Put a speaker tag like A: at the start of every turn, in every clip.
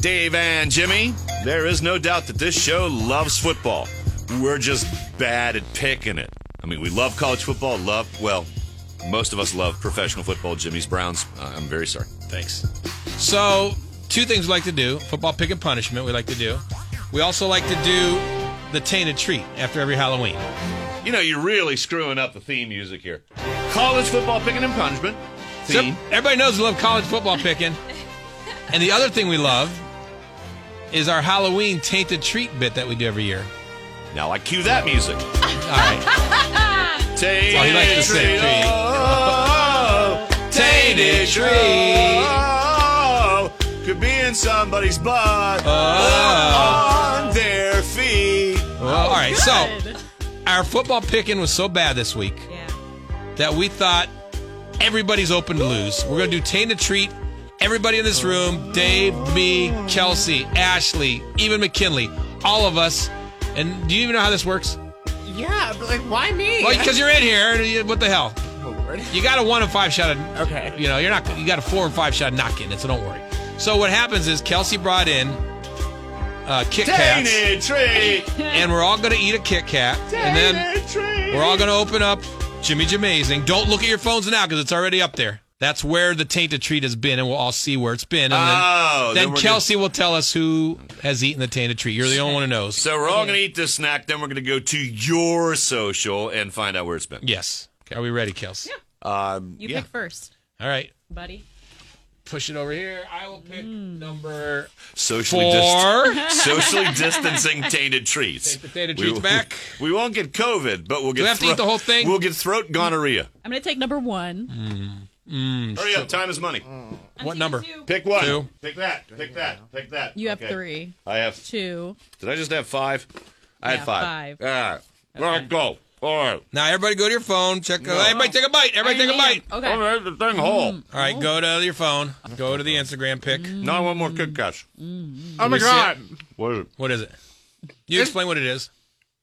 A: Dave and Jimmy, there is no doubt that this show loves football. We're just bad at picking it. I mean, we love college football, love, well, most of us love professional football, Jimmy's Browns. Uh, I'm very sorry.
B: Thanks. So, two things we like to do football pick and punishment, we like to do. We also like to do the tainted treat after every Halloween.
A: You know, you're really screwing up the theme music here. College football picking and punishment.
B: So,
A: Theme.
B: everybody knows we love college football picking. and the other thing we love is our Halloween tainted treat bit that we do every year.
A: Now I cue that music.
B: All right.
A: Tainted
B: all he likes to say.
A: Tree. Oh, tainted tree. Oh, could be in somebody's blood.
B: Oh.
A: On their feet.
B: Well, all right. So,
C: Good.
B: our football picking was so bad this week.
C: Yeah.
B: that we thought everybody's open to lose. We're going to do taint a treat. Everybody in this room, Dave, me, Kelsey, Ashley, even McKinley, all of us. And do you even know how this works?
D: Yeah, but like, why me?
B: Well, because you're in here. and you- What the hell? You got a one and five shot. Of,
D: Okay.
B: You know, you're not. You got a four and five shot of not getting it, so don't worry. So what happens is Kelsey brought in uh, Kit Kats,
A: Tainted tree.
B: and we're all going to eat a Kit Kat, and then
A: Tainted tree.
B: We're all going to open up Jimmy Jamazing. Don't look at your phones now because it's already up there. That's where the tainted treat has been, and we'll all see where it's been. And then,
A: Oh,
B: then
A: then we're
B: Kelsey will tell us who has eaten the tainted treat. You're the only one who knows.
A: So we're all going to eat this snack, then we're going to go to your social and find out where it's been.
B: yes. Are we ready, Kelsey?
A: Um,
C: You
A: yeah.
C: pick first,
B: All right.
C: buddy.
B: Push it over here. I will pick number
A: Socially distant.
B: four.
A: Socially distancing tainted treats.
B: Take the tainted
A: We-
B: treats back.
A: We won't get COVID, but we'll get.
B: we have to eat
A: throat-
B: the whole thing?
A: We'll get throat gonorrhea.
C: I'm gonna take number one.
A: Hurry up! Time is money.
B: what number?
A: Pick one.
B: Two.
A: Pick that. Pick that. Pick that.
C: You have
A: Okay.
C: three,
A: I have.
C: two.
A: Did I just have five? I
C: Yeah,
A: had five.
C: five.
A: All right. All right. Go. All right.
B: Now, everybody go to your phone. Check. Everybody take a bite. Everybody take a bite.
C: Okay.
A: All right. The thing whole.
B: All right, go to your phone. Go to the Instagram pic.
A: Oh, Now I want
B: Mm-hmm.
A: more Kit Kats.
D: oh my
B: see it?
D: god,
A: What is it?
B: What is it? You explain what it is.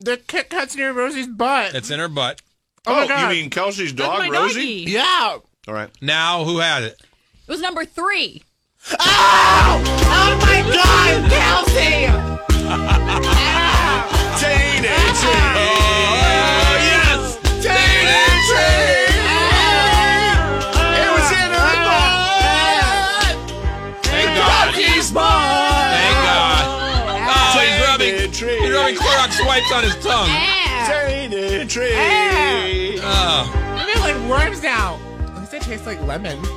D: the Kit Kat's near Rosie's butt.
B: It's in her butt.
D: oh my
A: you
D: god.
A: mean Kelsey's
C: That's
A: dog,
C: my
A: Rosie?
C: doggy.
D: yeah.
A: All right.
B: Now, who has it?
C: It was number three.
D: Oh my god, Kelsey.
A: Tainted
D: Oh,
A: yes! It was in her butt!
B: Thank God. Thank God. Oh, he's rubbing, he's rubbing Clorox wipes on his tongue.
A: Tainted tree.
B: Oh,
D: I feel like worms now. At least it tastes like lemon.
B: dude,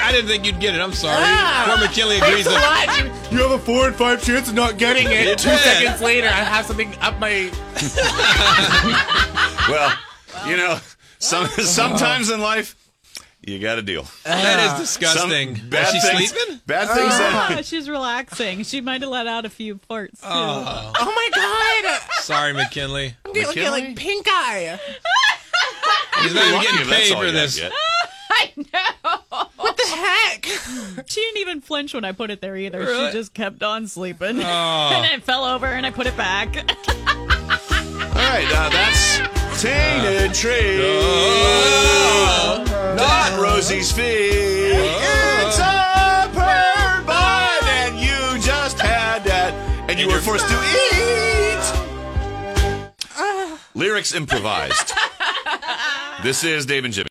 B: I didn't think you'd get it. I'm sorry.
D: Ah.
B: Poor McKinley agrees.
D: Thanks a
B: That,
D: lot. You have a four and five chance of not getting it. Two
B: Yeah.
D: seconds later, I have something up my.
A: Well, you know, some,
B: Uh-huh.
A: sometimes in life, you got to deal.
B: that is
A: Some
B: disgusting.
A: Bad
B: is she
A: things,
B: sleeping? Uh-huh.
A: Bad things. that-
C: she's relaxing. She might have let out a few parts too.
D: Oh my god.
B: Sorry, McKinley.
D: I'm getting
A: McKinley?
D: like pink eye.
B: He's not even
A: Lucky
B: getting
A: if that's
B: paid
A: all
B: for
A: you got
B: this.
A: yet.
C: I know.
D: What the heck?
C: She didn't even flinch when I put it there either.
B: Really?
C: She just kept on sleeping.
B: Oh.
C: and then it fell over, and I put it back.
A: All right, now
B: Uh-huh.
A: that's tainted tree.
B: Oh.
A: Not Rosie's feet. It's up her butt, and you just had that, and you were forced to eat. Lyrics improvised. This is Dave and Jimmy.